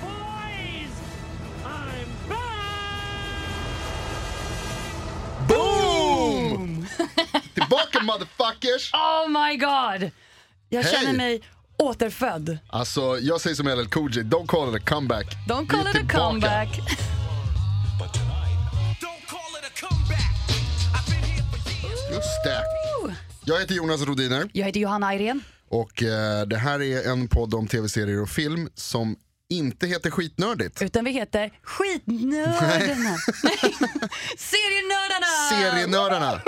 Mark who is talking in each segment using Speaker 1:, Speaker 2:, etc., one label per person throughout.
Speaker 1: boys, I'm back!
Speaker 2: Boom! Tillbaka motherfuckers!
Speaker 3: Oh my god! Jag
Speaker 2: Hej.
Speaker 3: känner mig återfödd.
Speaker 2: Alltså jag säger som LL Cool J, don't call it a comeback.
Speaker 3: Don't
Speaker 2: Vi
Speaker 3: call
Speaker 2: är
Speaker 3: it a
Speaker 2: tillbaka.
Speaker 3: comeback.
Speaker 4: Don't call it a comeback. I've been here for years.
Speaker 2: Just det. Jag heter Jonas Rodiner
Speaker 3: Jag heter Johanna Ayrén.
Speaker 2: och eh, det här är en podd om tv-serier och film som inte heter skitnördigt.
Speaker 3: Utan vi heter Skitnördarna. Nej. Serienördarna!
Speaker 2: Serienördarna.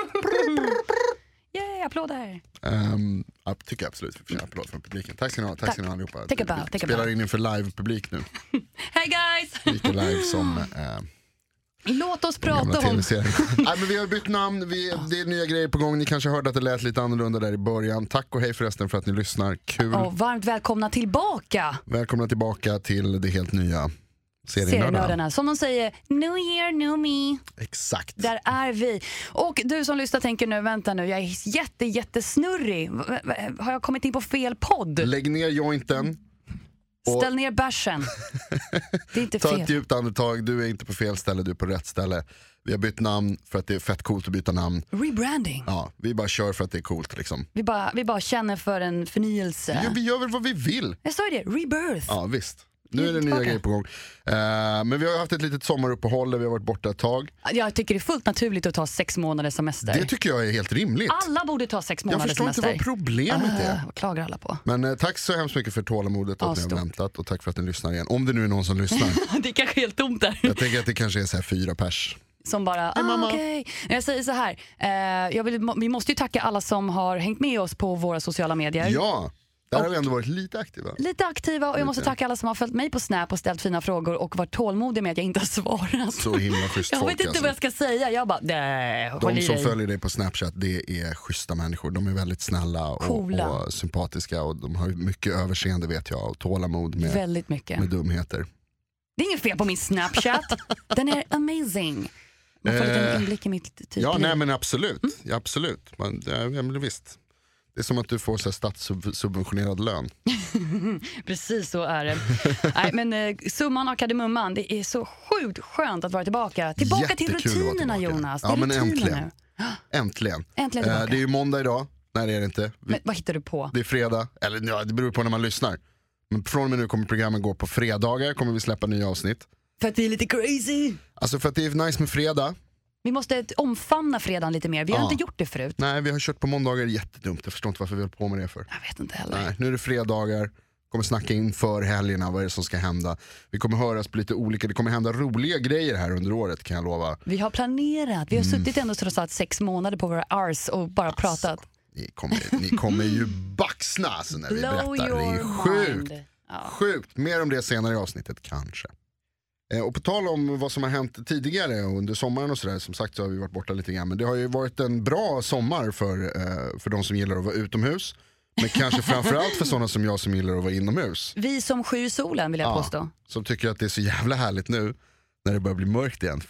Speaker 3: Yay, applåder.
Speaker 2: Um, jag tycker absolut vi förtjänar applåd från publiken. Tack ska ni ha, tack ska ni ha allihopa.
Speaker 3: Take a bow, take a
Speaker 2: Vi spelar
Speaker 3: bow.
Speaker 2: in inför live-publik nu.
Speaker 3: Hey guys!
Speaker 2: Lika live som eh,
Speaker 3: Låt oss
Speaker 2: gamla
Speaker 3: prata om...
Speaker 2: tv-serien. Nej, men vi har bytt namn, vi, det är nya grejer på gång. Ni kanske hörde att det lät lite annorlunda där i början. Tack och hej förresten för att ni lyssnar. Kul.
Speaker 3: Och varmt välkomna tillbaka
Speaker 2: Välkomna tillbaka till det helt nya Serienördarna.
Speaker 3: Serienördarna. Som de säger, new year, new me.
Speaker 2: Exakt.
Speaker 3: Där är vi. Och du som lyssnar tänker nu, vänta nu, jag är jätte, jättesnurrig. V- v- Har jag kommit in på fel podd?
Speaker 2: Lägg ner jointen, Och-
Speaker 3: Ställ ner bärsen. Det är inte
Speaker 2: ta ett
Speaker 3: fel.
Speaker 2: djupt andetag, du är inte på fel ställe, du är på rätt ställe. Vi har bytt namn för att det är fett coolt att byta namn.
Speaker 3: Rebranding.
Speaker 2: Ja, vi bara kör för att det är coolt liksom.
Speaker 3: Vi bara, vi bara känner för en
Speaker 2: Jo,
Speaker 3: förnyelse.
Speaker 2: vi gör väl vad vi vill.
Speaker 3: Jag sa ju det, rebirth.
Speaker 2: Ja visst. Nu är det nya
Speaker 3: Tillbaka.
Speaker 2: grejer på gång. Eh, men vi har haft ett litet sommaruppehåll där vi har varit borta ett tag.
Speaker 3: Jag tycker det är fullt naturligt att ta sex månaders semester.
Speaker 2: Det tycker jag är helt rimligt.
Speaker 3: alla borde ta sex
Speaker 2: Jag
Speaker 3: månaders
Speaker 2: förstår inte
Speaker 3: semester.
Speaker 2: vad problemet är.
Speaker 3: Öh, vad klagar alla på?
Speaker 2: Men eh, tack så hemskt mycket för tålamodet att
Speaker 3: Ja,
Speaker 2: ni har
Speaker 3: stort.
Speaker 2: väntat och tack för att ni lyssnar igen. Om det nu är någon som lyssnar.
Speaker 3: Det är kanske helt tomt där.
Speaker 2: Jag tänker att det kanske är så här fyra pers.
Speaker 3: Som bara, ah, okej. Jag säger så här, eh, jag vill, vi måste ju tacka alla som har hängt med oss på våra sociala medier.
Speaker 2: Ja, där har vi ändå varit lite aktiva.
Speaker 3: Lite aktiva och jag måste tacka alla som har följt mig på Snap och ställt fina frågor och varit tålmodiga med att jag inte har svarat.
Speaker 2: Så himla schysst
Speaker 3: Jag
Speaker 2: folk
Speaker 3: vet inte
Speaker 2: alltså.
Speaker 3: vad jag ska säga. Jag bara, nej, håll
Speaker 2: De
Speaker 3: i
Speaker 2: som
Speaker 3: dig.
Speaker 2: följer dig på Snapchat det är schyssta människor. De är väldigt snälla och,
Speaker 3: Coola.
Speaker 2: och sympatiska och de har ju mycket överseende vet jag och tålamod med,
Speaker 3: Väldigt mycket.
Speaker 2: med dumheter.
Speaker 3: Det är inget fel på min Snapchat. Den är amazing. Man får en liten
Speaker 2: Eh,
Speaker 3: inblick i mitt typ.
Speaker 2: Ja, nej men absolut.
Speaker 3: Mm.
Speaker 2: Ja, absolut. Man, ja, ja, men visst. Det är som att du får så här statssubventionerad lön.
Speaker 3: Precis så är det. nej, men eh, summan av kardemumman, det är så sjukt skönt att vara tillbaka. Tillbaka till
Speaker 2: Jättekul att vara
Speaker 3: rutinerna
Speaker 2: tillbaka.
Speaker 3: Jonas.
Speaker 2: Ja,
Speaker 3: det är
Speaker 2: men
Speaker 3: rutiner
Speaker 2: äntligen.
Speaker 3: nu.
Speaker 2: Äntligen.
Speaker 3: Äntligen
Speaker 2: Eh,
Speaker 3: tillbaka.
Speaker 2: det är ju måndag idag. Nej det är det inte. Vi,
Speaker 3: Men vad hittar du på?
Speaker 2: Det är fredag. Eller ja, det beror på när man lyssnar. Men från och med nu kommer programmen gå på fredagar. Kommer vi släppa nya avsnitt.
Speaker 3: För att vi är lite crazy.
Speaker 2: Alltså för att det är nice med fredag.
Speaker 3: Vi måste t- omfamna fredagen lite mer. Vi har
Speaker 2: Ja.
Speaker 3: inte gjort det förut.
Speaker 2: Nej, vi har kört på måndagar, jättedumt. Jag förstår inte varför vi höll på med det för.
Speaker 3: Jag vet inte heller.
Speaker 2: Nej, nu är det fredagar, kommer snacka inför helgerna, vad är det som ska hända. Vi kommer höras på lite olika, det kommer hända roliga grejer här under året kan jag lova.
Speaker 3: Vi har planerat. Vi har
Speaker 2: Mm.
Speaker 3: suttit ändå trots allt sex månader på våra ars och bara
Speaker 2: Alltså,
Speaker 3: pratat.
Speaker 2: Ni kommer, ni kommer ju baxna alltså, när vi
Speaker 3: Blow
Speaker 2: berättar. Det är
Speaker 3: your
Speaker 2: sjukt.
Speaker 3: mind. Ja.
Speaker 2: Sjukt, mer om det senare i avsnittet kanske. Eh, Och på tal om vad som har hänt tidigare och under sommaren och sådär, som sagt så har vi varit borta lite grann. Men det har ju varit en bra sommar för, eh, för de som gillar att vara utomhus. Men kanske framförallt för sådana som jag som gillar att vara inomhus.
Speaker 3: Vi som sju i solen vill jag
Speaker 2: Ja.
Speaker 3: påstå.
Speaker 2: Som tycker att det är så jävla härligt nu när det börjar bli mörkt igen.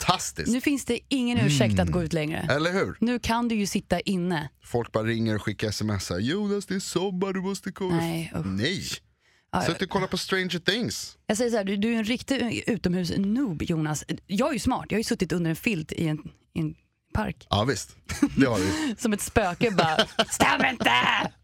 Speaker 2: Fantastiskt!
Speaker 3: Nu finns det ingen
Speaker 2: Mm.
Speaker 3: ursäkt att gå ut längre.
Speaker 2: Eller hur?
Speaker 3: Nu kan du ju sitta inne.
Speaker 2: Folk bara ringer och skickar sms. Här, Jonas det är sommar, du måste komma.
Speaker 3: Nej, usch.
Speaker 2: Nej.
Speaker 3: Ja,
Speaker 2: Sätt dig och kolla på Stranger Things.
Speaker 3: Jag säger så här, du, du är en riktig utomhus-noob Jonas. Jag är ju smart, jag har ju suttit under en filt i en, i en park.
Speaker 2: Ja visst, det har vi.
Speaker 3: Som ett spöke bara, stäm inte!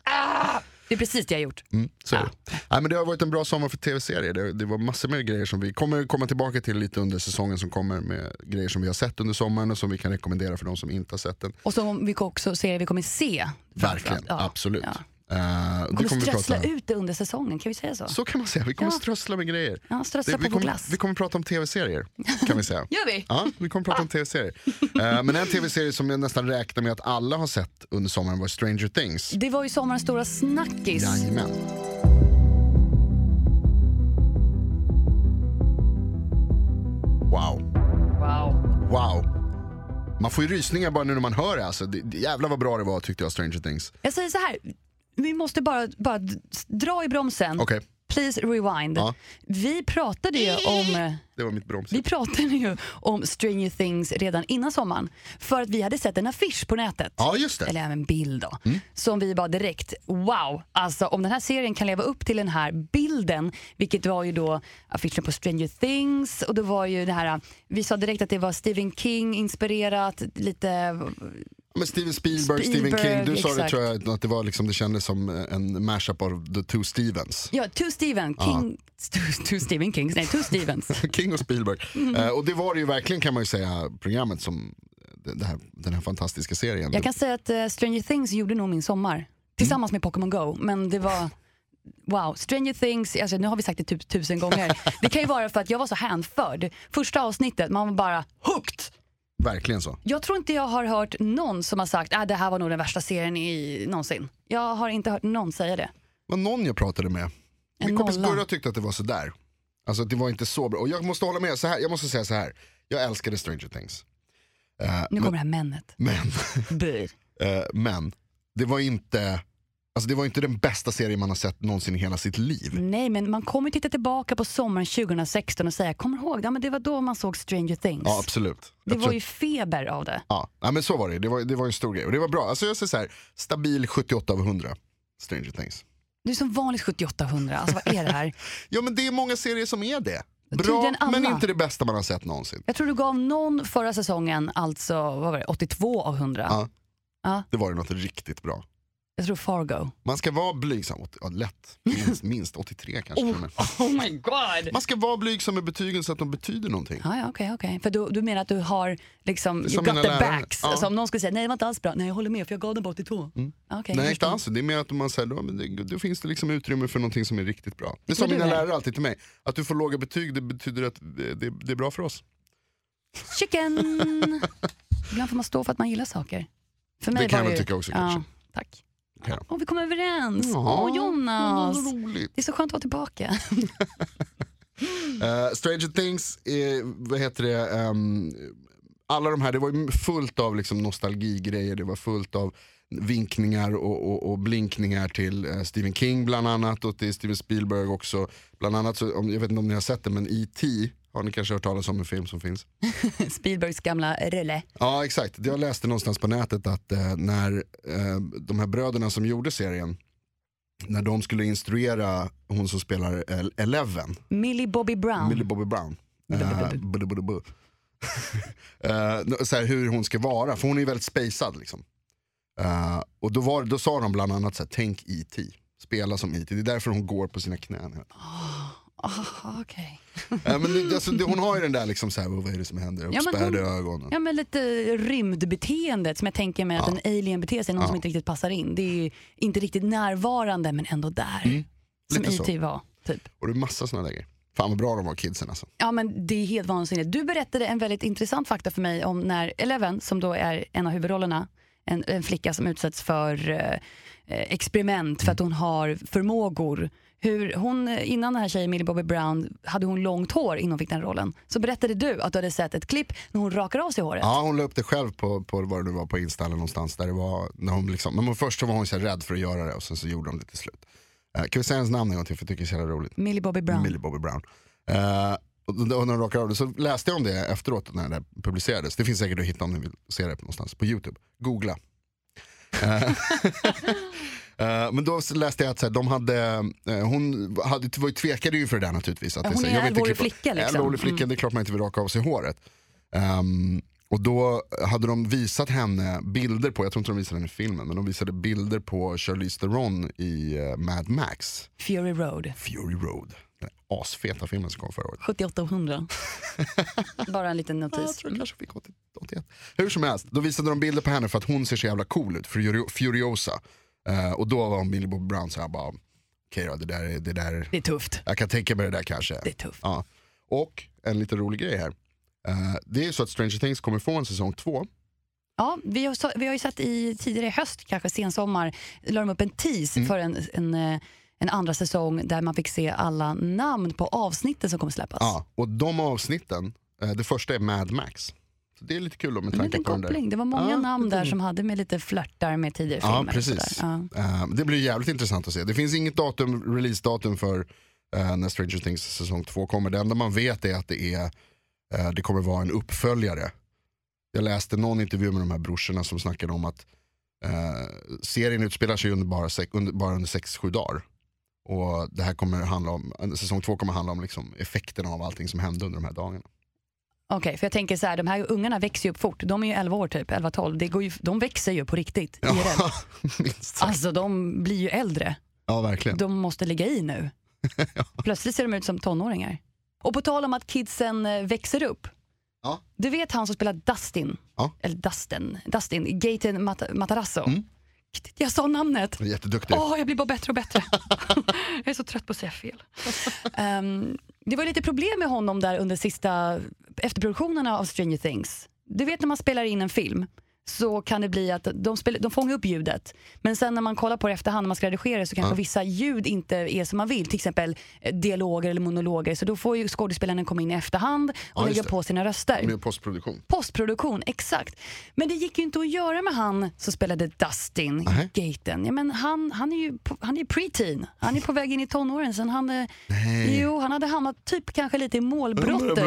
Speaker 3: Ah! Det är precis det jag har gjort.
Speaker 2: Mm, så är det. Nej, men det har varit en bra sommar för tv-serier. Det, det var massor med grejer som vi kommer komma tillbaka till lite under säsongen som kommer med grejer som vi har sett under sommaren och som vi kan rekommendera för de som inte har sett den.
Speaker 3: Och som vi också ser, vi kommer se.
Speaker 2: Verkligen,
Speaker 3: Ja,
Speaker 2: absolut.
Speaker 3: ja.
Speaker 2: Eh, det
Speaker 3: Vi kommer
Speaker 2: kommer vi
Speaker 3: strössla
Speaker 2: prata
Speaker 3: ut det under säsongen, kan vi säga så?
Speaker 2: Så kan man säga, vi kommer
Speaker 3: Ja.
Speaker 2: strössla med grejer.
Speaker 3: Ja, strössla
Speaker 2: Det-
Speaker 3: på
Speaker 2: vi,
Speaker 3: vår
Speaker 2: kommer,
Speaker 3: glass.
Speaker 2: vi kommer prata om tv-serier, kan vi säga.
Speaker 3: Gör vi?
Speaker 2: Ja, vi kommer prata om tv-serier. Eh, men en tv-serie som jag nästan räknar med att alla har sett under sommaren var Stranger Things.
Speaker 3: Det var ju sommarens stora snackis.
Speaker 2: Jajamän. Man får ju rysningar bara nu när man hör det alltså. Det, det, jävlar vad bra det var tyckte jag, Stranger Things.
Speaker 3: Jag säger så här, vi måste bara, bara d- dra i bromsen.
Speaker 2: Okej,
Speaker 3: Please rewind.
Speaker 2: Ja.
Speaker 3: Vi pratade ju om
Speaker 2: det var mitt broms.
Speaker 3: vi pratade ju om Stranger Things redan innan sommaren. För att vi hade sett en affisch på nätet.
Speaker 2: Ja, Mm. just det.
Speaker 3: Eller även bild då. Som vi bara direkt, wow! Alltså om den här serien kan leva upp till den här bilden. Vilket var ju då affischen på Stranger Things. Och det var ju det här, vi sa direkt att det var Stephen King inspirerat. Lite
Speaker 2: Men Steven Spielberg, Stephen
Speaker 3: Spielberg,
Speaker 2: King. Du sa det
Speaker 3: exakt.
Speaker 2: tror jag att det var liksom, det kändes som en mashup av The Two Stevens.
Speaker 3: Ja, Two Steven, King, two, two Stephen Kings, nej Two Stevens.
Speaker 2: King och Spielberg.
Speaker 3: Mm.
Speaker 2: Eh, och det var det ju verkligen kan man ju säga, programmet som eh, det- det här, den här fantastiska serien.
Speaker 3: Jag kan säga att eh, Stranger Things gjorde nog min sommar. Tillsammans med Pokémon Go, men det var Wow, Stranger Things, alltså nu har vi sagt det typ tusen gånger. Det kan ju vara för att jag var så hänförd. Första avsnittet, man var bara hooked.
Speaker 2: Verkligen så.
Speaker 3: Jag tror inte jag har hört någon som har sagt att ah, det här var nog den värsta serien i någonsin. Jag har inte hört någon säga det.
Speaker 2: Det var någon jag pratade med.
Speaker 3: En
Speaker 2: Min kompis
Speaker 3: nolla.
Speaker 2: Gurra tyckte att det var sådär. Alltså att det var inte så bra. Och jag måste hålla med, så här, jag måste säga så här. Jag älskade Stranger Things. Eh,
Speaker 3: Nu kommer det här männet.
Speaker 2: Men,
Speaker 3: Bur.
Speaker 2: eh, men det var inte Alltså det var inte den bästa serien man har sett någonsin i hela sitt liv.
Speaker 3: Nej, men man kommer ju titta tillbaka på sommaren 2016 och säga, kommer du ihåg, ja, men det var då man såg Stranger Things.
Speaker 2: Ja absolut.
Speaker 3: Det
Speaker 2: Jag tror-
Speaker 3: var ju feber av det.
Speaker 2: Ja, ja men så var det. Det var, det var en stor grej. Och det var bra. Alltså jag säger så här, stabil 78 av 100. Stranger Things.
Speaker 3: Du är som vanligt 7800. Alltså vad är det här?
Speaker 2: Ja men det är många serier som är det. Bra
Speaker 3: Tydligen alla.
Speaker 2: men inte det bästa man har sett någonsin.
Speaker 3: Jag tror du gav någon förra säsongen, alltså vad var det, 82 av 100.
Speaker 2: Ja. Det var ju något riktigt bra.
Speaker 3: Jag tror Fargo.
Speaker 2: Man ska vara blygsam, Åt- ja, lätt, minst, minst 83 kanske. till och med.
Speaker 3: Oh my god!
Speaker 2: Man ska vara blygsam med betygen så att de betyder någonting.
Speaker 3: Ja, ja, okej, okej. För du, du menar att du har liksom,
Speaker 2: är
Speaker 3: you
Speaker 2: som
Speaker 3: got the
Speaker 2: mina lärare.
Speaker 3: backs.
Speaker 2: Ja.
Speaker 3: Så om någon skulle säga, nej det var inte alls bra. Nej, jag håller med för jag gav den på 82. Mm.
Speaker 2: Nej inte alls, det är mer att man säger, då, men det- då finns det liksom utrymme för någonting som är riktigt bra. Det sa
Speaker 3: Men du
Speaker 2: mina
Speaker 3: är-
Speaker 2: lärare alltid till mig, att du får låga betyg det betyder att det, det, det är bra för oss.
Speaker 3: Chicken! Ibland får man stå för att man gillar saker. För mig
Speaker 2: Det kan
Speaker 3: var
Speaker 2: jag
Speaker 3: ju-
Speaker 2: väl tycka också,
Speaker 3: ja,
Speaker 2: kanske.
Speaker 3: Tack.
Speaker 2: Okej då.
Speaker 3: Åh, vi kom överens.
Speaker 2: Ja.
Speaker 3: Åh, Jonas!
Speaker 2: Vad roligt.
Speaker 3: Det är så skönt att vara tillbaka.
Speaker 2: Eh, Stranger Things, är, vad heter det, ehm, alla de här, det var ju fullt av liksom nostalgigrejer, det var fullt av vinkningar och, och, och blinkningar till eh, Stephen King bland annat och till Steven Spielberg också. Bland annat, så, om, jag vet inte om ni har sett det, men E.T. har ni kanske hört talas om en film som finns.
Speaker 3: Spielbergs gamla rulle.
Speaker 2: Ja exakt, Det jag läste någonstans på nätet att eh, när eh, de här bröderna som gjorde serien, när de skulle instruera hon som spelar El- Eleven,
Speaker 3: Millie Bobby Brown.
Speaker 2: Millie Bobby Brown. Eh, budu, budu, bu. Eh, nå- så här, hur hon ska vara, för hon är ju väldigt spacad. Liksom. Eh, och då, var, då sa de bland annat så här, tänk IT, spela som IT. Det är därför hon går på sina knän.
Speaker 3: Ah, okej.
Speaker 2: Eh, men det, alltså, det, hon har ju den där, liksom, så här, vad är det som händer?
Speaker 3: men
Speaker 2: Uppspärrade
Speaker 3: hon-
Speaker 2: ögon.
Speaker 3: Ja, men lite rymdbeteendet som jag tänker mig att en alien beter sig, någon som inte riktigt passar in. Det är ju inte riktigt närvarande men ändå där. Som
Speaker 2: Mm, lite så.
Speaker 3: IT var. Typ.
Speaker 2: Och det är massa såna där grejer. Fan vad bra de var kidsen alltså.
Speaker 3: Ja men det är helt vansinnigt. Du berättade en väldigt intressant fakta för mig om när Eleven, som då är en av huvudrollerna, en, en flicka som utsätts för eh, eh, experiment för att hon har förmågor. Hur hon, eh, innan den här tjejen Millie Bobby Brown hade hon långt hår innan hon fick den rollen. Så berättade du att du hade sett ett klipp när hon rakar av sig håret.
Speaker 2: Ja, hon la upp det själv på, på vad det nu var på Insta eller någonstans. Där det var, när hon liksom, men först så var hon så här rädd för att göra det och sen så gjorde hon det till slut. Eh, kan vi säga hennes namn en gång till för jag tycker det är så jävla roligt.
Speaker 3: Millie Bobby Brown.
Speaker 2: Millie Bobby Brown. Eh, och då- då, när de rakar av det så läste jag om det efteråt när det publicerades. Det finns säkert att hitta om ni vill se det någonstans på Youtube. Googla. Eh, eh, men då så läste jag att så här, de hade, eh, hon hade, var ju tvekade ju för det där naturligtvis. Att
Speaker 3: Ja,
Speaker 2: det
Speaker 3: hon
Speaker 2: så här,
Speaker 3: är
Speaker 2: jag vill inte
Speaker 3: äldre
Speaker 2: klippa-
Speaker 3: flicka, liksom.
Speaker 2: Äldre flicka, det är klart man inte vill raka av sig håret. Ehm, och då hade de visat henne bilder på, jag tror inte de visade henne i filmen, men de visade bilder på Charlize Theron i eh, Mad Max.
Speaker 3: Fury Road.
Speaker 2: Fury Road. Den här asfeta filmen som kom förra året.
Speaker 3: 7800. Bara en liten
Speaker 2: Ja, jag
Speaker 3: notis.
Speaker 2: tror jag kanske fick 80 81. Hur som helst, då visade de bilder på henne för att hon ser så jävla cool ut, Furio- Furiosa. Eh, och då var hon Billy Bob Brown så jag bara, okej då, det där, är- det där,
Speaker 3: Det är tufft.
Speaker 2: jag kan tänka mig det där kanske.
Speaker 3: Det är tufft.
Speaker 2: Ja. Och en lite rolig grej här. Eh, det är ju så att Stranger Things kommer få en säsong två.
Speaker 3: Ja, vi, har, så- vi har ju sett i tidigare i höst, kanske sensommar, la de upp en tease
Speaker 2: Mm.
Speaker 3: för en, en, eh, en andra säsong där man fick se alla namn på avsnitten som kommer släppas.
Speaker 2: Ja. Och de avsnitten, eh, det första är Mad Max. Så det är lite kul då med
Speaker 3: En
Speaker 2: tanke
Speaker 3: liten
Speaker 2: på den där.
Speaker 3: koppling. Det var många
Speaker 2: Ja,
Speaker 3: namn
Speaker 2: lite-
Speaker 3: där som hade med lite flörtar med tidigare
Speaker 2: Ja,
Speaker 3: filmer. och
Speaker 2: precis.
Speaker 3: sådär. Ja.
Speaker 2: Eh, det blir jävligt intressant att se. Det finns inget datum, releasedatum för eh, när Stranger Things säsong 2 kommer. Det enda man vet är att det, är, eh, det kommer vara en uppföljare. Jag läste någon intervju med de här brorsorna som snackade om att eh, serien utspelar sig under bara, sex, under, bara under 6-7 dagar. Och det här kommer handla om, eh, säsong 2 kommer handla om liksom effekterna av allting som hände under de här dagarna.
Speaker 3: Okej, för jag tänker så här, de här ungarna växer ju upp fort. De är ju 11 år typ, 11-12. Det går ju, de växer ju på riktigt. i det.
Speaker 2: minst sagt.
Speaker 3: Alltså de blir ju äldre.
Speaker 2: Ja, verkligen.
Speaker 3: De måste ligga i nu. Plötsligt ser de ut som tonåringar. Och på tal om att kidsen eh, växer upp.
Speaker 2: Ja.
Speaker 3: Du vet han som spelar Dustin?
Speaker 2: Ja.
Speaker 3: Eller Dustin, Dustin Gaten Mat- Matarazzo.
Speaker 2: Mm.
Speaker 3: Jag sa namnet!
Speaker 2: Jätteduktig.
Speaker 3: Åh, jag blir bara bättre och bättre. jag är så trött på att säga fel. Ehm, det var lite problem med honom där under sista efterproduktionerna av Stranger Things. Du vet när man spelar in en film så kan det bli att de, spel, de fångar upp ljudet. Men sen när man kollar på det efterhand när man ska redigera så kanske vissa ljud inte är som man vill. Till exempel eh, dialoger eller monologer. Så då får ju skådespelarna komma in i efterhand och
Speaker 2: Ja, just
Speaker 3: lägga
Speaker 2: det.
Speaker 3: på sina röster.
Speaker 2: Med postproduktion.
Speaker 3: Postproduktion, exakt. Men det gick ju inte att göra med han som spelade Dustin
Speaker 2: Nej.
Speaker 3: Gaten. Ja, men han, han är ju på- han är ju preteen. Han är på väg in i tonåren. Sen han, eh, jo, han hade hamnat typ kanske lite i målbrottet.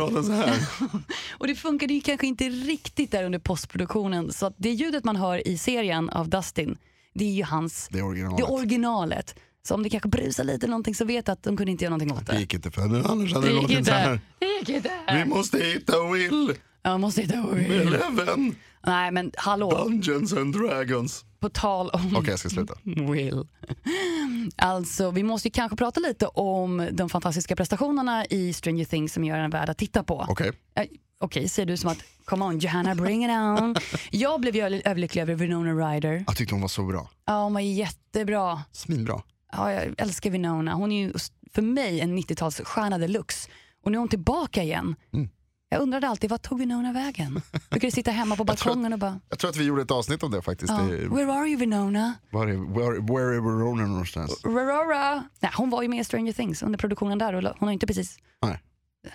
Speaker 3: Och det funkade ju kanske inte riktigt där under postproduktionen. Så att det ljudet man hör i serien av Dustin, det är ju hans,
Speaker 2: Det är originalet.
Speaker 3: det är originalet. Så om det kanske brusar lite eller någonting så vet att de kunde inte göra någonting åt
Speaker 2: Det
Speaker 3: det.
Speaker 2: gick inte för henne, annars hade det
Speaker 3: Det
Speaker 2: låtit
Speaker 3: gick
Speaker 2: så här.
Speaker 3: inte. Det gick
Speaker 2: Vi
Speaker 3: inte.
Speaker 2: måste hitta Will,
Speaker 3: Jag måste hitta Will.
Speaker 2: Eleven,
Speaker 3: Nej men hallå,
Speaker 2: Dungeons and Dragons.
Speaker 3: på tal om
Speaker 2: Okej, jag ska sluta.
Speaker 3: Will. Alltså, vi måste ju kanske prata lite om de fantastiska prestationerna i Stranger Things som gör den värd att titta på. Eh,
Speaker 2: Okej,
Speaker 3: Okej, säger du som att come on Johanna, bring it on. jag blev ju över- överlycklig över Winona Ryder.
Speaker 2: jag tyckte hon var så bra.
Speaker 3: Ja, hon var jättebra.
Speaker 2: Svinbra.
Speaker 3: Ja, jag älskar Winona. Hon är ju för mig en 90-talsstjärna deluxe. Och nu är hon tillbaka igen.
Speaker 2: Mm.
Speaker 3: Jag undrade alltid, vad tog Winona vägen? Brukade sitta hemma på
Speaker 2: tror att- Eh,
Speaker 3: balkongen och bara,
Speaker 2: Jag tror att vi gjorde ett avsnitt om det faktiskt.
Speaker 3: ja,
Speaker 2: Det,
Speaker 3: where are you Winona?
Speaker 2: var är, where, where är Ronan någonstans?
Speaker 3: Rorora. Nej, hon var ju med i Stranger Things under produktionen där och hon har inte precis
Speaker 2: Nej.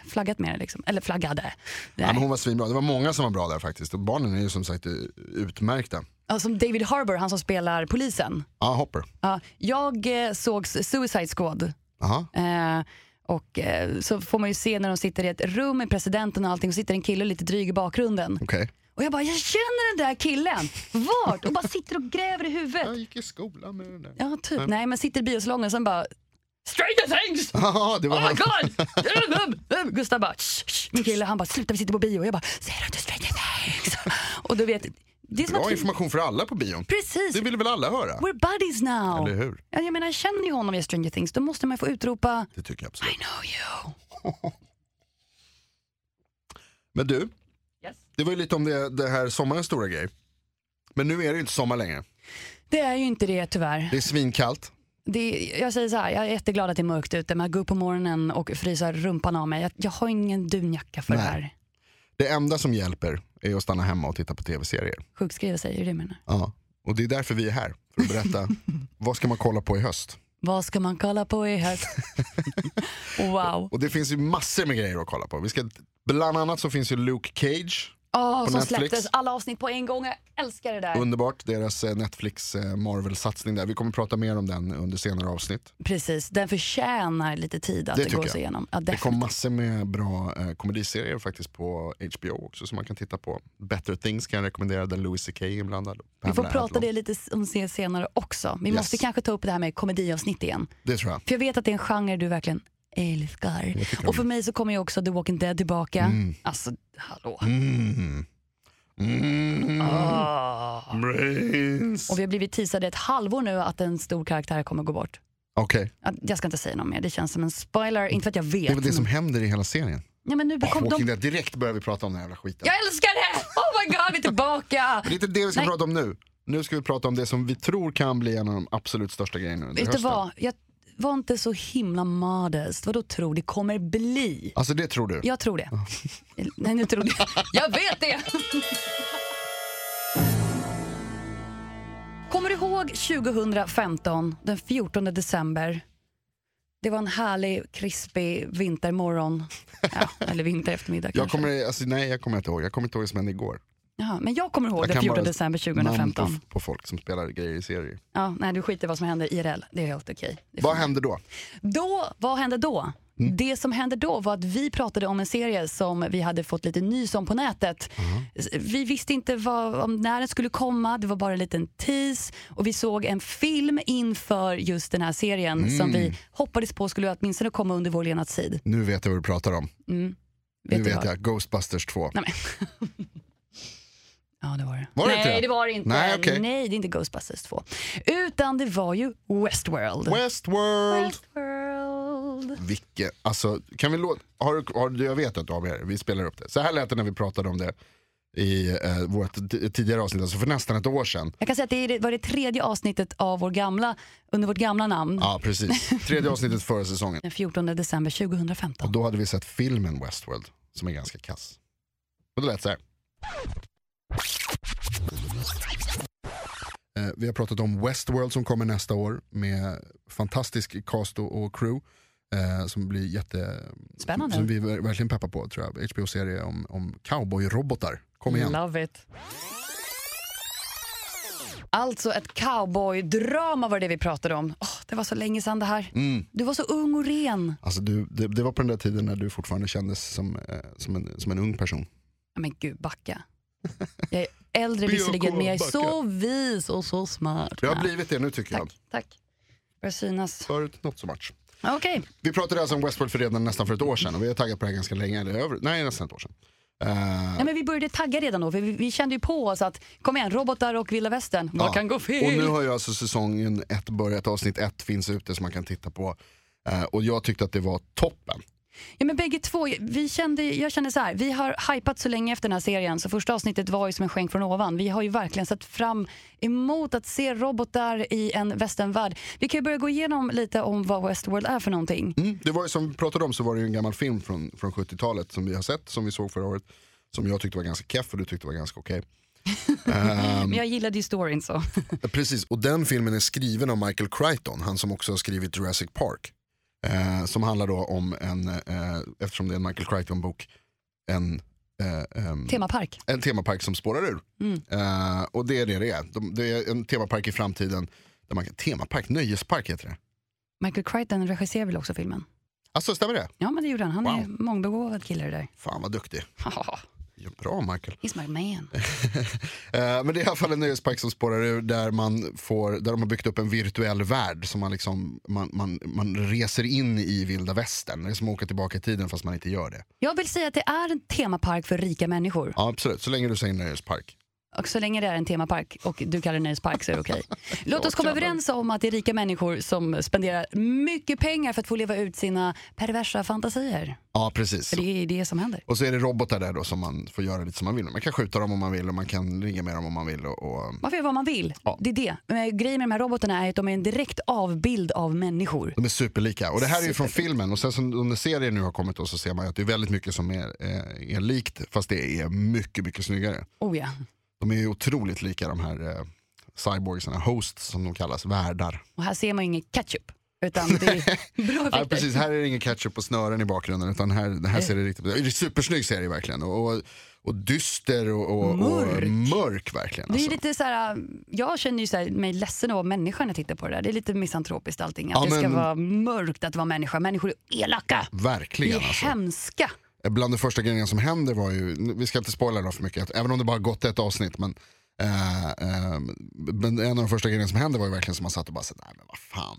Speaker 3: flaggat med det. Liksom. Eller flaggade. Nej.
Speaker 2: Ja, men hon var svinbra. Det var många som var bra där faktiskt. Och barnen är ju som sagt eh, utmärkta.
Speaker 3: Ja, Som David Harbour, han som spelar polisen.
Speaker 2: Ja, Hopper.
Speaker 3: Ja, jag eh, såg Suicide Squad.
Speaker 2: Aha.
Speaker 3: Eh, och eh, så får man ju se när de sitter i ett rum med presidenten och allting och sitter en kille lite dryg i bakgrunden.
Speaker 2: Okej.
Speaker 3: Och jag bara, jag känner den där killen! Vart? Och bara sitter och gräver i huvudet.
Speaker 2: Jag gick i skolan med den där.
Speaker 3: Ja, typ. Nej, men sitter i biosalongen och sen bara Stranger Things!
Speaker 2: Haha, det var
Speaker 3: Oh my god! Um, um, um. Gustav bara, shh, shh. min kille han bara, sluta vi sitter på bio. Och jag bara, säger du inte Stranger Things? Och du vet, det är som
Speaker 2: bra
Speaker 3: att vi,
Speaker 2: information för alla på bion.
Speaker 3: precis,
Speaker 2: Det ville väl alla höra?
Speaker 3: we're buddies now.
Speaker 2: Eller hur?
Speaker 3: Ja, Jag menar, jag känner ju honom i Stranger Things, då måste man ju få utropa
Speaker 2: Det tycker jag absolut.
Speaker 3: I know you.
Speaker 2: Men du, det var ju lite om det, det här sommarens stora grej. Men nu är det ju inte sommar längre.
Speaker 3: Det är ju inte det tyvärr.
Speaker 2: Det är svinkallt.
Speaker 3: Det, jag säger så här, jag är jätteglad att det är mörkt ute, men jag går upp på morgonen och fryser rumpan av mig. Jag, jag har ingen dunjacka för
Speaker 2: Nej.
Speaker 3: det här.
Speaker 2: Det enda som hjälper är att stanna hemma och titta på tv-serier.
Speaker 3: Sjukskriva sig, är det det du menar?
Speaker 2: Ja. Och det är därför vi är här, för att berätta vad ska man kolla på i höst.
Speaker 3: Vad ska man kolla på i höst? wow.
Speaker 2: Och det finns ju massor med grejer att kolla på. Vi ska, bland annat så finns ju Luke Cage,
Speaker 3: Åh,
Speaker 2: På
Speaker 3: som
Speaker 2: Netflix.
Speaker 3: släpptes alla avsnitt på en gång. Jag älskar det där.
Speaker 2: underbart, deras eh, Netflix eh, Marvel-satsning där. Vi kommer prata mer om den under senare avsnitt.
Speaker 3: Precis, den förtjänar lite tid att
Speaker 2: Det
Speaker 3: det
Speaker 2: tycker
Speaker 3: gå sig
Speaker 2: jag.
Speaker 3: igenom. Ja,
Speaker 2: Det kom
Speaker 3: definitivt.
Speaker 2: massor med bra eh, komediserier faktiskt på HBO också som man kan titta på. Better Things kan jag rekommendera där Louis CK är inblandad.
Speaker 3: Vi får
Speaker 2: Pamela
Speaker 3: prata
Speaker 2: Adlon.
Speaker 3: det lite s- om det senare också. Vi
Speaker 2: Yes.
Speaker 3: måste kanske ta upp det här med komediavsnitt igen.
Speaker 2: Det tror jag.
Speaker 3: För jag vet att det är en genre du verkligen älskar.
Speaker 2: tycker
Speaker 3: Och för mig så kommer ju också The Walking Dead tillbaka. Alltså, hallå.
Speaker 2: Mm. Mm. Brains.
Speaker 3: Ah. Och vi har blivit teasade ett halvår nu att en stor karaktär kommer gå bort.
Speaker 2: Okej,
Speaker 3: Att- Jag ska inte säga något mer, det känns som en spoiler. Inte för att jag
Speaker 2: det är väl
Speaker 3: vet.
Speaker 2: det som
Speaker 3: men...
Speaker 2: händer i hela serien.
Speaker 3: ja, men nu
Speaker 2: Oh,
Speaker 3: kom
Speaker 2: Walking
Speaker 3: de...
Speaker 2: Dead, direkt börjar vi prata om den här jävla skiten.
Speaker 3: Jag älskar det! Oh my god, vi är tillbaka!
Speaker 2: Men det är inte det vi ska
Speaker 3: Nej.
Speaker 2: prata om nu. Nu ska vi prata om det som vi tror kan bli en av de absolut största grejerna under
Speaker 3: Vet du
Speaker 2: hösten.
Speaker 3: vad? Jag var inte så himla modest. Vadå tror det kommer bli?
Speaker 2: Alltså det tror du?
Speaker 3: Jag tror det. Nej, nu trodde jag. Jag vet det! Kommer du ihåg 2015, den 14 december, Det var en härlig, krispig vintermorgon. Ja, eller vinter eftermiddag
Speaker 2: Jag
Speaker 3: kanske.
Speaker 2: kommer, alltså, nej, jag kommer inte ihåg. Jag kommer inte ihåg vad som hände igår.
Speaker 3: Jaha, men jag kommer ihåg
Speaker 2: Jag
Speaker 3: det
Speaker 2: kan
Speaker 3: 14
Speaker 2: bara
Speaker 3: december
Speaker 2: Namn
Speaker 3: 2015.
Speaker 2: på, på folk som spelar grejer i serier.
Speaker 3: Ja, nej, du skiter i vad som händer IRL. Det är helt okej. Det får-
Speaker 2: Vad hände då?
Speaker 3: Då, vad hände då?
Speaker 2: Mm.
Speaker 3: Det som hände då var att vi pratade om en serie som vi hade fått lite nys om på nätet.
Speaker 2: Mm.
Speaker 3: Vi visste inte vad, om när den skulle komma, det var bara en liten tease. Och vi såg en film inför just den här serien
Speaker 2: Mm.
Speaker 3: som vi hoppades på skulle åtminstone komma under vår levnadstid.
Speaker 2: Nu vet jag vad du pratar om.
Speaker 3: Vet
Speaker 2: nu
Speaker 3: du
Speaker 2: vet
Speaker 3: vad?
Speaker 2: jag. Ghostbusters 2.
Speaker 3: Nej, men. ja, det var det.
Speaker 2: Var det inte
Speaker 3: Nej,
Speaker 2: det?
Speaker 3: det var det inte.
Speaker 2: Nej, okej.
Speaker 3: Nej, det är inte Ghostbusters 2. Utan det var ju Westworld.
Speaker 2: Westworld!
Speaker 3: Westworld.
Speaker 2: Vilke, alltså, kan vi låta, har, du- har, du- jag vet att du har med det, vi spelar upp det. Så här lät det när vi pratade om det i eh, vårt t- tidigare avsnitt, alltså för nästan ett år sedan.
Speaker 3: Jag kan säga att det är- det var det tredje avsnittet av vår gamla, under vårt gamla namn.
Speaker 2: Ja, precis. Tredje avsnittet förra säsongen.
Speaker 3: Den 14 december 2015.
Speaker 2: Och då hade vi sett filmen Westworld, som är ganska kass. Och det lät så här. Eh, Vi har pratat om Westworld som kommer nästa år med fantastisk cast och och crew. eh, Som blir jätte...
Speaker 3: Spännande.
Speaker 2: Som vi ver- verkligen peppar på tror jag. HBO-serie om, om cowboyrobotar. Kom igen.
Speaker 3: Love it. Alltså ett cowboydrama var det vi pratade om. Åh, det var så länge sedan det här.
Speaker 2: Mm.
Speaker 3: Du var så ung och ren.
Speaker 2: Alltså du, det, det var på den där tiden när du fortfarande kändes som, eh, som, en, som en ung person.
Speaker 3: Ja, Men gud, backa. Jag är äldre
Speaker 2: Be
Speaker 3: visserligen,
Speaker 2: cool,
Speaker 3: men jag är
Speaker 2: backa.
Speaker 3: så vis och så smart.
Speaker 2: Det har blivit det nu tycker jag.
Speaker 3: Tack, tack. Börjar synas.
Speaker 2: Förut, not so much.
Speaker 3: Okej.
Speaker 2: Vi pratade alltså om Westworld för redan nästan för ett år sedan och vi har taggat på det här ganska länge. Eller över, nej, nästan ett år sedan. Eh,
Speaker 3: Nej, men vi började tagga redan då, för vi, vi kände ju på oss att kom igen, robotar och vilda västern, vad
Speaker 2: ja.
Speaker 3: kan gå fel?
Speaker 2: Och nu har ju alltså säsongen ett börjat, avsnitt ett finns ute som man kan titta på. Eh, och jag tyckte att det var toppen.
Speaker 3: Ja, men bägge två, vi kände, jag kände så här, vi har hypat så länge efter den här serien så första avsnittet var ju som en skänk från ovan. Vi har ju verkligen sett fram emot att se robotar i en västernvärld. Vi kan ju börja gå igenom lite om vad Westworld är för någonting.
Speaker 2: Mm. Det var ju som vi pratade om så var det ju en gammal film från, från 70-talet som vi har sett, som vi såg förra året. Som jag tyckte var ganska keff och du tyckte var ganska okej. Eh,
Speaker 3: Men jag gillade ju storyn så.
Speaker 2: Ja, Precis, och den filmen är skriven av Michael Crichton, han som också har skrivit Jurassic Park. Eh, som handlar då om en, eh, eftersom det är en Michael Crichton-bok, en, eh, ehm,
Speaker 3: Temapark.
Speaker 2: en temapark som spårar ur. Eh, och det är det det är. De, det är en temapark i framtiden. Där man kan, temapark, nöjespark heter det.
Speaker 3: Michael Crichton regisserar väl också filmen?
Speaker 2: Alltså stämmer det?
Speaker 3: Ja, men det gjorde han. Han är
Speaker 2: Wow.
Speaker 3: mångbegåvad kille det där.
Speaker 2: Fan vad duktig.
Speaker 3: Haha,
Speaker 2: Ja, Bra Michael.
Speaker 3: He's my man.
Speaker 2: Eh, Men det är i alla fall en nöjespark som spårar ur där, man får, där de har byggt upp en virtuell värld som man, liksom, man, man, man reser in i vilda västern. Det är som att åka tillbaka i tiden fast man inte gör det.
Speaker 3: Jag vill säga att det är en temapark för rika människor.
Speaker 2: Ja, absolut, så länge du säger nöjespark.
Speaker 3: Och så länge det är en temapark och du kallar det nöjespark så är det okej. Låt oss komma överens om att det är rika människor som spenderar mycket pengar för att få leva ut sina perversa fantasier.
Speaker 2: Ja, precis.
Speaker 3: För det är det som händer.
Speaker 2: Och så är det robotar där då som man får göra lite som man vill. Man kan skjuta dem om man vill och man kan ringa med dem om man vill. Och, och... eh,
Speaker 3: Man får göra vad man vill.
Speaker 2: Ja.
Speaker 3: Det är det. Men grejen med de här robotarna är att de är en direkt avbild av människor.
Speaker 2: De är superlika. Och det här är ju från filmen. Och sen som under serien nu har kommit då, så ser man ju att det är väldigt mycket som är, eh, är likt fast det är mycket, mycket snyggare.
Speaker 3: Oh ja.
Speaker 2: De är ju otroligt lika de här eh, cyborgsarna, hosts som de kallas, värdar.
Speaker 3: Och här ser man ju ingen ketchup. Utan det är bra
Speaker 2: Ja,
Speaker 3: effekter.
Speaker 2: precis, här är det ingen ketchup på snören i bakgrunden utan här,
Speaker 3: Eh.
Speaker 2: här ser det riktigt, det är en supersnygg serie verkligen. Och, och, och dyster och, och,
Speaker 3: Mörk.
Speaker 2: och mörk verkligen.
Speaker 3: det är
Speaker 2: Alltså.
Speaker 3: lite så här, jag känner ju så här, mig ledsen att vara människa när jag tittar på det där. Det är lite misantropiskt allting. Att
Speaker 2: Ja,
Speaker 3: det ska
Speaker 2: men-
Speaker 3: vara mörkt att vara människa. Människor är elaka. Vi är
Speaker 2: Verkligen alltså.
Speaker 3: hemska.
Speaker 2: Bland de första grejerna som händer var ju, vi ska inte spoila då för mycket, att- även om det bara gått ett avsnitt. Men, eh, eh, men en av de första grejerna som hände var ju verkligen som man satt och bara, så, nej men vad fan,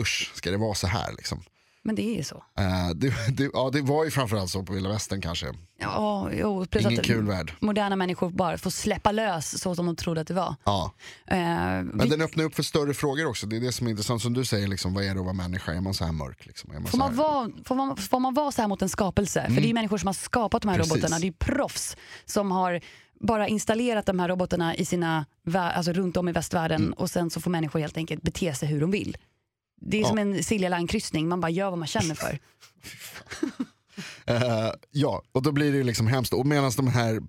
Speaker 2: usch, ska det vara så här liksom?
Speaker 3: Men det är ju så.
Speaker 2: Eh, det, det, ja, det var ju framförallt så på vilda västern kanske.
Speaker 3: Ja, jo, plus
Speaker 2: Ingen
Speaker 3: att
Speaker 2: kul värld.
Speaker 3: moderna människor bara får släppa lös så som de trodde att det var.
Speaker 2: Ja.
Speaker 3: Eh,
Speaker 2: Men
Speaker 3: vi,
Speaker 2: den öppnar upp för större frågor också. Det är det som är intressant. Som du säger, liksom, vad är det att vara människa? Är man så här mörk? Liksom? Är man
Speaker 3: får,
Speaker 2: så här... Mm.
Speaker 3: man vara, får, man, får man vara så här mot en skapelse? För det är ju människor som har skapat de här
Speaker 2: Precis.
Speaker 3: robotarna. Det är ju proffs som har bara installerat de här robotarna i sina, vä- alltså runt om i västvärlden
Speaker 2: Mm.
Speaker 3: och sen så får människor helt enkelt bete sig hur de vill. Det är som en Silja Line-kryssning, man bara gör vad man känner för.
Speaker 2: Eh, ja, och då blir det ju liksom hemskt. Och medan de här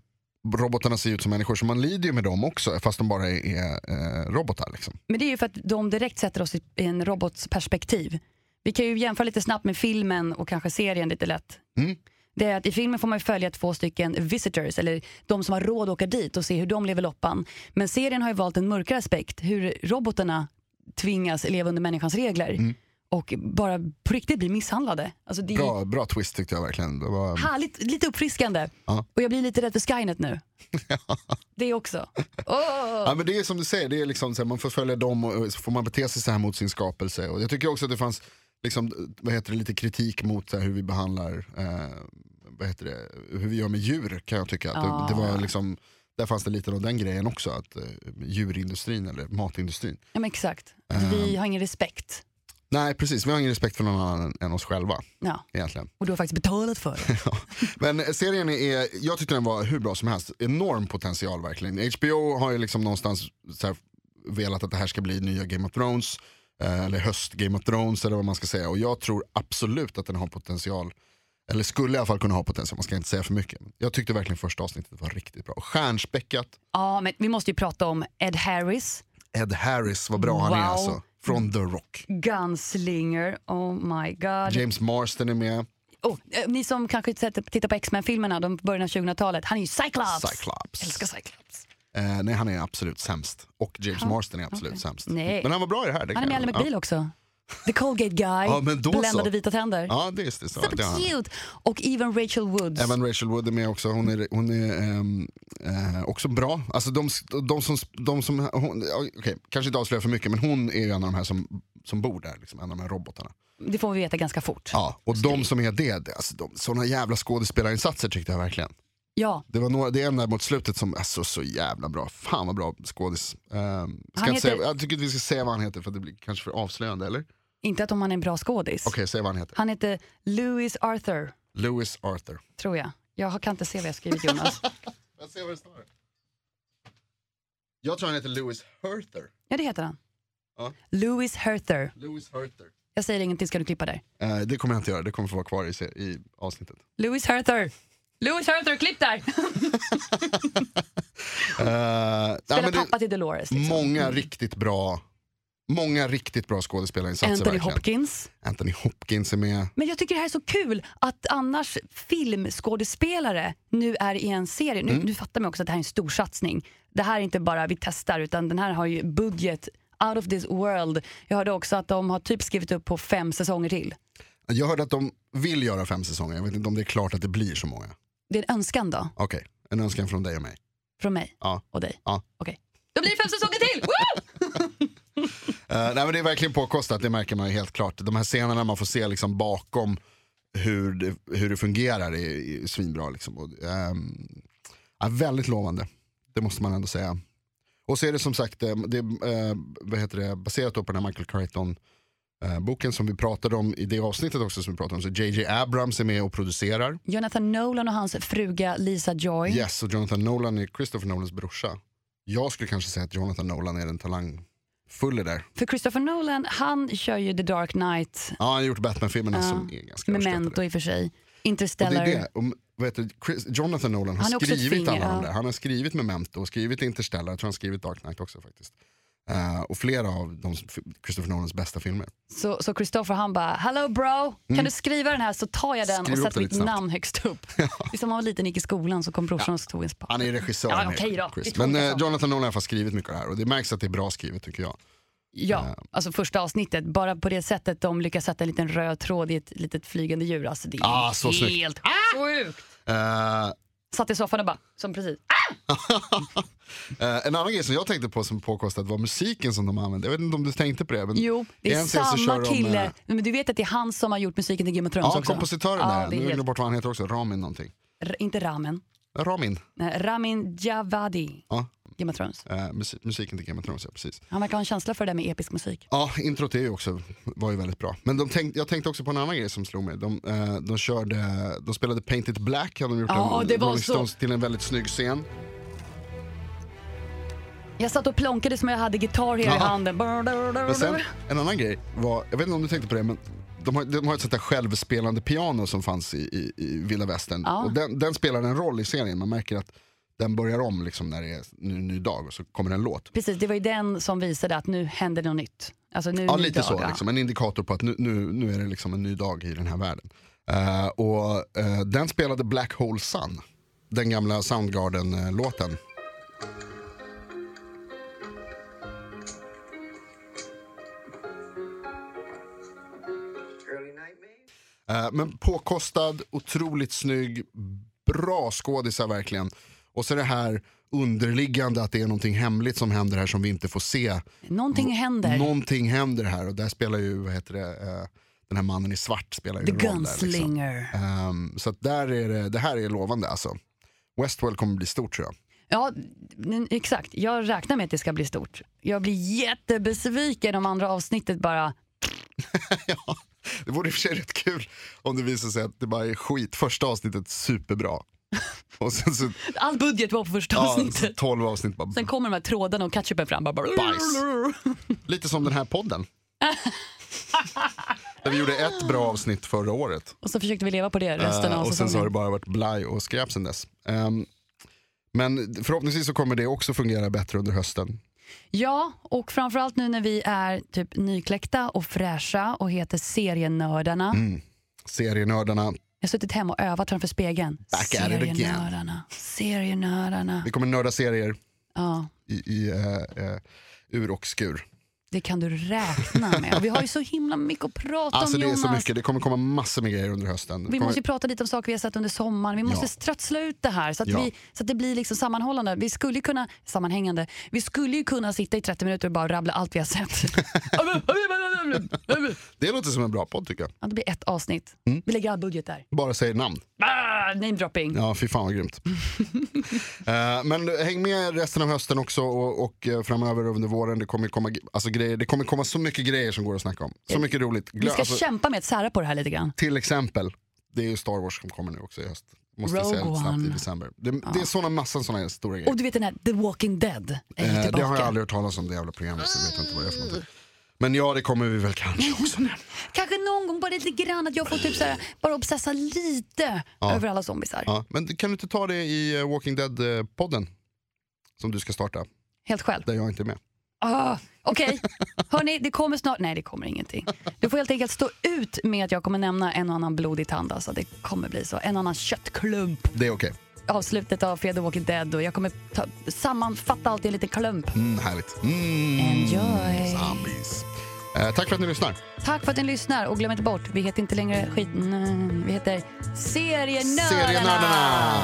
Speaker 2: robotarna ser ut som människor, så man lider ju med dem också, fast de bara är, är eh, robotar. Liksom.
Speaker 3: Men det är ju för att de direkt sätter oss i i en robots perspektiv. Vi kan ju jämföra lite snabbt med filmen och kanske serien lite lätt.
Speaker 2: Mm.
Speaker 3: Det är att i filmen får man ju följa två stycken visitors, eller de som har råd att åka dit och se hur de lever loppan. Men serien har ju valt en mörkare aspekt, hur robotarna tvingas leva under människans regler.
Speaker 2: Mm.
Speaker 3: Och bara på riktigt blir misshandlade. Alltså det är
Speaker 2: Bra, bra twist tyckte jag verkligen. Det var,
Speaker 3: härligt, lite uppfriskande.
Speaker 2: Ja.
Speaker 3: Och jag blir lite rädd för Skynet nu. Det också. Åh!
Speaker 2: Ja, men det är som du säger, det är liksom, så här, man får följa dem och och så får man bete sig så här mot sin skapelse. Och jag tycker också att det fanns liksom, vad heter det, lite kritik mot så här, hur vi behandlar, eh, vad heter det, hur vi gör med djur kan jag tycka. Att
Speaker 3: Ja.
Speaker 2: det, det var liksom, där fanns det lite av den grejen också, att eh, djurindustrin eller matindustrin.
Speaker 3: Ja, men exakt.
Speaker 2: Ehm.
Speaker 3: Att Vi har ingen respekt.
Speaker 2: Nej precis, vi har ingen respekt för någon annan än- än oss själva
Speaker 3: Ja.
Speaker 2: egentligen.
Speaker 3: Och du har faktiskt betalat för det.
Speaker 2: Men serien är, jag tyckte den var hur bra som helst, enorm potential verkligen. HBO har ju liksom någonstans så här velat att det här ska bli nya Game of Thrones, eh, eller höst Game of Thrones eller vad man ska säga. Och jag tror absolut att den har potential, eller skulle i alla fall kunna ha potential, man ska inte säga för mycket. Jag tyckte verkligen första avsnittet var riktigt bra. Stjärnspäckat,
Speaker 3: Ja, men vi måste ju prata om Ed Harris,
Speaker 2: Ed Harris, vad bra han är
Speaker 3: Wow.
Speaker 2: alltså. Från The Rock.
Speaker 3: Gunslinger, oh my god.
Speaker 2: James Marsden är med,
Speaker 3: Oh, eh, ni som kanske inte sett- tittar på X-Men-filmerna, de på början av 2000-talet, han är ju Cyclops.
Speaker 2: Cyclops.
Speaker 3: Älskar Cyclops.
Speaker 2: Eh, nej han är absolut sämst. Och James Marsden är absolut sämst.
Speaker 3: Nej.
Speaker 2: Men han var bra i det här. Det
Speaker 3: Han är
Speaker 2: kan
Speaker 3: med i Ally
Speaker 2: jag-
Speaker 3: McBeal också. The Colgate Guy,
Speaker 2: Ja, men då så.
Speaker 3: bländade vita tänder.
Speaker 2: Ja, ja det är just det. Så.
Speaker 3: Super
Speaker 2: det har han.
Speaker 3: cute! Och even Rachel Woods.
Speaker 2: Även Rachel Wood är med också, hon är, hon är ehm, eh, också bra. Alltså de, de som, de som hon, ja, okej, kanske inte avslöjar för mycket men hon är ju en av de här som, som bor där, liksom, en av de här robotarna.
Speaker 3: Det får vi veta ganska fort.
Speaker 2: Ja, och de som är det, det alltså, de, sådana jävla skådespelarinsatser tyckte jag verkligen.
Speaker 3: Ja,
Speaker 2: Det, var några, det är en där mot slutet som, alltså så jävla bra, fan vad bra skådis. Ehm, ska
Speaker 3: Han
Speaker 2: inte säga,
Speaker 3: heter-
Speaker 2: jag tycker inte vi ska säga vad han heter för att det blir kanske för avslöjande, eller? Okej,
Speaker 3: inte att om han är en bra skådis.
Speaker 2: säg vad han heter.
Speaker 3: Han heter Louis Arthur,
Speaker 2: Louis Arthur.
Speaker 3: tror jag. Jag har- kan inte se vad jag skrivit Jonas.
Speaker 2: Jag ser vad det står. Jag tror han heter Louis Herther.
Speaker 3: ja, det heter han.
Speaker 2: Ja.
Speaker 3: Louis Herther.
Speaker 2: Louis Herther.
Speaker 3: Jag säger ingenting, ska du klippa där.
Speaker 2: Eh, det kommer jag inte göra, det kommer få vara kvar i, se- i avsnittet.
Speaker 3: Louis Herther. Louis Herther, klipp där!
Speaker 2: Eh, ja,
Speaker 3: Spelar
Speaker 2: men det-
Speaker 3: pappa till Dolores. Liksom.
Speaker 2: många riktigt bra Många riktigt bra skådespelarinsatser.
Speaker 3: Anthony
Speaker 2: verkligen.
Speaker 3: Hopkins.
Speaker 2: Anthony Hopkins är med.
Speaker 3: Men jag tycker det här är så kul att annars filmskådespelare nu är i en serie.
Speaker 2: Mm.
Speaker 3: Nu, nu fattar man också att det här är en stor satsning. Det här är inte bara vi testar utan den här har ju budget out of this world. Jag hörde också att de har typ skrivit upp på fem säsonger till.
Speaker 2: Jag hörde att de vill göra fem säsonger, jag vet inte om det är klart att det blir så många.
Speaker 3: Det är en önskan då,
Speaker 2: Okej, en önskan från dig och mig.
Speaker 3: från mig
Speaker 2: Ja.
Speaker 3: och dig.
Speaker 2: Ja.
Speaker 3: Okej. Då blir det fem säsonger till! Woo!
Speaker 2: Eh, nej, men det är verkligen påkostat, det märker man ju helt klart. De här scenerna man får se liksom bakom hur det, hur det fungerar är, är svinbra. Liksom. Och, ehm, ja, väldigt lovande, det måste man ändå säga. Och så är det som sagt eh, det, är, eh, vad heter det, baserat då på den här Michael Crichton-boken som vi pratade om i det avsnittet också som vi pratade om. Så JJ Abrams är med och producerar.
Speaker 3: Jonathan Nolan och hans fruga Lisa Joy.
Speaker 2: Yes, och Jonathan Nolan är Christopher Nolans brorsa. Jag skulle kanske säga att Jonathan Nolan är den talangfulle där.
Speaker 3: För Christopher Nolan, han kör ju The Dark Knight,
Speaker 2: Ja, han har gjort Batman-filmerna
Speaker 3: Ja.
Speaker 2: som alltså, är ganska
Speaker 3: Memento
Speaker 2: överskattade.
Speaker 3: i och för sig,
Speaker 2: Och det
Speaker 3: Interstellar.
Speaker 2: är det. Och, vad heter, det? Chris, Jonathan Nolan har
Speaker 3: Han är också ett
Speaker 2: skrivit
Speaker 3: finger,
Speaker 2: alla de
Speaker 3: ja.
Speaker 2: där. Han har skrivit Memento, och skrivit Interstellar, jag tror han har skrivit Dark Knight också faktiskt. Eh, och flera av de, Christopher Nolans bästa filmer.
Speaker 3: Så, så Christopher han bara, hello bro, kan du skriva den här så tar jag
Speaker 2: Mm.
Speaker 3: den
Speaker 2: Skriv upp
Speaker 3: och sätter
Speaker 2: den
Speaker 3: mitt
Speaker 2: lite snabbt."
Speaker 3: namn högst upp. Det är som när man var liten och gick i skolan så kom brorsan och tog ens papper.
Speaker 2: Han är regissör.
Speaker 3: Ja,
Speaker 2: med
Speaker 3: okej då. Vi
Speaker 2: Chris.
Speaker 3: tolkar
Speaker 2: Men eh,
Speaker 3: så.
Speaker 2: Jonathan Nolan har i alla fall skrivit mycket av det här och det märks att det är bra skrivet tycker jag.
Speaker 3: Ja, alltså första avsnittet, bara på det sättet de lyckas sätta en liten röd tråd i ett litet flygande djur. Alltså det är
Speaker 2: Ah, så snyggt. Ah!
Speaker 3: helt sjukt.
Speaker 2: Eh,
Speaker 3: Satt i soffan och bara, som precis. Ah!
Speaker 2: eh, en annan grej som jag tänkte på som påkostat var musiken som de använde. Jag vet inte om du tänkte på det? Men
Speaker 3: Jo, det
Speaker 2: i
Speaker 3: är
Speaker 2: en scen så
Speaker 3: samma
Speaker 2: kör de, eh,
Speaker 3: kille. Men du vet att det är han som har gjort musiken till Game of Thrones
Speaker 2: Ja,
Speaker 3: också?
Speaker 2: kompositören
Speaker 3: Ja,
Speaker 2: där.
Speaker 3: det
Speaker 2: Nu har
Speaker 3: är
Speaker 2: jag
Speaker 3: helt,
Speaker 2: glömt bort vad han heter också, Ramin någonting.
Speaker 3: R- inte Ramen.
Speaker 2: Ramin,
Speaker 3: Nej, Eh, Ramin Djawadi,
Speaker 2: ja.
Speaker 3: Game of Thrones.
Speaker 2: Eh, musi- musiken till Game of Thrones, ja precis.
Speaker 3: Han verkar ha en känsla för det där med episk musik.
Speaker 2: Ja, introt är ju också, var ju väldigt bra. Men de tänk, jag tänkte också på en annan grej som slog mig. De, eh, de, körde, de spelade Painted Black, hade de gjort
Speaker 3: Ja,
Speaker 2: en,
Speaker 3: det var
Speaker 2: Rolling
Speaker 3: så-
Speaker 2: Stones till en väldigt snygg scen.
Speaker 3: Jag satt och plonkade som jag hade gitarr här i
Speaker 2: Ja.
Speaker 3: handen.
Speaker 2: Men sen,
Speaker 3: Mm.
Speaker 2: en annan grej var, jag vet inte om du tänkte på det, men de har, de har ett sånt där självspelande piano som fanns i, i, i Vilda Västern.
Speaker 3: Ja.
Speaker 2: Och den, den spelar en roll i serien, man märker att den börjar om liksom när det är ny, ny dag och så kommer en låt.
Speaker 3: Precis, det var ju den som visade att nu händer något nytt. Alltså nu är
Speaker 2: Ja,
Speaker 3: det ny
Speaker 2: lite
Speaker 3: dag,
Speaker 2: så.
Speaker 3: ja.
Speaker 2: Liksom. En indikator på att nu, nu, nu är det liksom en ny dag i den här världen. Eh, och eh, Den spelade Black Hole Sun, den gamla Soundgarden-låten. Eh, Men påkostad, otroligt snygg, bra skådisar verkligen. Och så det här underliggande att det är någonting hemligt som händer här som vi inte får se.
Speaker 3: Någonting händer.
Speaker 2: Någonting händer här och där spelar ju, vad heter det, eh, den här mannen i svart spelar ju
Speaker 3: The
Speaker 2: en roll där. Liksom.
Speaker 3: Gunslinger.
Speaker 2: Ehm, så att där är det, det här är lovande alltså. Westworld kommer bli stort tror jag.
Speaker 3: Ja, n- exakt. Jag räknar med att det ska bli stort. Jag blir jättebesviken om andra avsnittet bara...
Speaker 2: ja, det vore i och för sig rätt kul om det visar sig att det bara är skit. Första avsnittet superbra. Och sen så,
Speaker 3: All budget var på första
Speaker 2: ja,
Speaker 3: avsnittet.
Speaker 2: 12 avsnitt bara
Speaker 3: Sen kommer de här trådarna och ketchupen fram. Bara, bara,
Speaker 2: Bajs. Lite som den här podden. Där vi gjorde ett bra avsnitt förra året.
Speaker 3: Och så försökte vi leva på det resten
Speaker 2: Eh,
Speaker 3: av
Speaker 2: och sen så har det
Speaker 3: säsongen.
Speaker 2: bara varit blaj och skräp sen dess. Ehm, men förhoppningsvis så kommer det också fungera bättre under hösten.
Speaker 3: Ja, och framförallt nu när vi är typ nykläckta och fräscha och heter Serienördarna.
Speaker 2: Mm. Serienördarna,
Speaker 3: Jag har suttit hemma och övat framför spegeln.
Speaker 2: Back at it again.
Speaker 3: Serienördarna. Serienördarna.
Speaker 2: vi kommer nörda serier
Speaker 3: Ja,
Speaker 2: i, i eh, eh, ur och skur.
Speaker 3: det kan du räkna med. Och Vi har ju så himla mycket att prata
Speaker 2: Alltså
Speaker 3: om
Speaker 2: det är
Speaker 3: Jonas.
Speaker 2: så mycket, det kommer komma massor med grejer under hösten. Det
Speaker 3: Vi
Speaker 2: kommer-
Speaker 3: måste ju prata lite om saker vi har sett under sommaren. Vi måste
Speaker 2: Ja.
Speaker 3: strötsla ut det här så att,
Speaker 2: Ja.
Speaker 3: vi, så att det blir liksom sammanhållande. Vi skulle ju kunna, sammanhängande. Vi skulle ju kunna sitta i 30 minuter och bara rabbla allt vi har sett.
Speaker 2: Det låter som en bra podd tycker jag.
Speaker 3: ja, det blir ett avsnitt.
Speaker 2: Mm.
Speaker 3: Vi lägger all budget där.
Speaker 2: Bara säger namn.
Speaker 3: Ah, name dropping.
Speaker 2: Ja, fy fan vad grymt. Eh, men häng med resten av hösten också och, och eh, framöver under våren. Det kommer, komma, g- alltså, grejer, det kommer komma så mycket grejer som går att snacka om. Så mycket roligt. Glö-
Speaker 3: Eh, Vi ska
Speaker 2: alltså,
Speaker 3: kämpa med att sära på det här lite grann.
Speaker 2: till exempel, det är ju Star Wars som kommer nu också i höst. Måste jag säga
Speaker 3: Rogue
Speaker 2: lite snabbt i
Speaker 3: One.
Speaker 2: december. Det, det är såna massan såna stora grejer.
Speaker 3: Och du vet den här The Walking Dead är ju
Speaker 2: Eh,
Speaker 3: tillbaka.
Speaker 2: det har jag aldrig hört talas om det jävla programmet så jag vet inte vad det är för någonting. Men ja, det kommer vi väl kanske också nämna.
Speaker 3: Kanske någon gång bara lite grann att jag får typ så här, bara obsessa lite över alla zombisar.
Speaker 2: Ja, men kan du inte ta det i eh, Walking Dead-podden? Som du ska starta,
Speaker 3: Helt själv.
Speaker 2: där jag inte är med.
Speaker 3: Ah, Okej, hörni, det kommer snart... Nej, det kommer ingenting. Du får helt enkelt stå ut med att jag kommer nämna en och annan blodig tand. Alltså, det kommer bli så. En och annan köttklump.
Speaker 2: Det är okej.
Speaker 3: Avslutet av Fear the Walking Dead. Och jag kommer ta, sammanfatta allt i en liten klump.
Speaker 2: Mm, härligt. Mm.
Speaker 3: Enjoy.
Speaker 2: Zombies. Eh, tack för att ni lyssnar.
Speaker 3: Tack för att ni lyssnar. Och glöm inte bort, vi heter inte längre skit... nej, Vi heter Serienördarna.
Speaker 2: Serienördarna!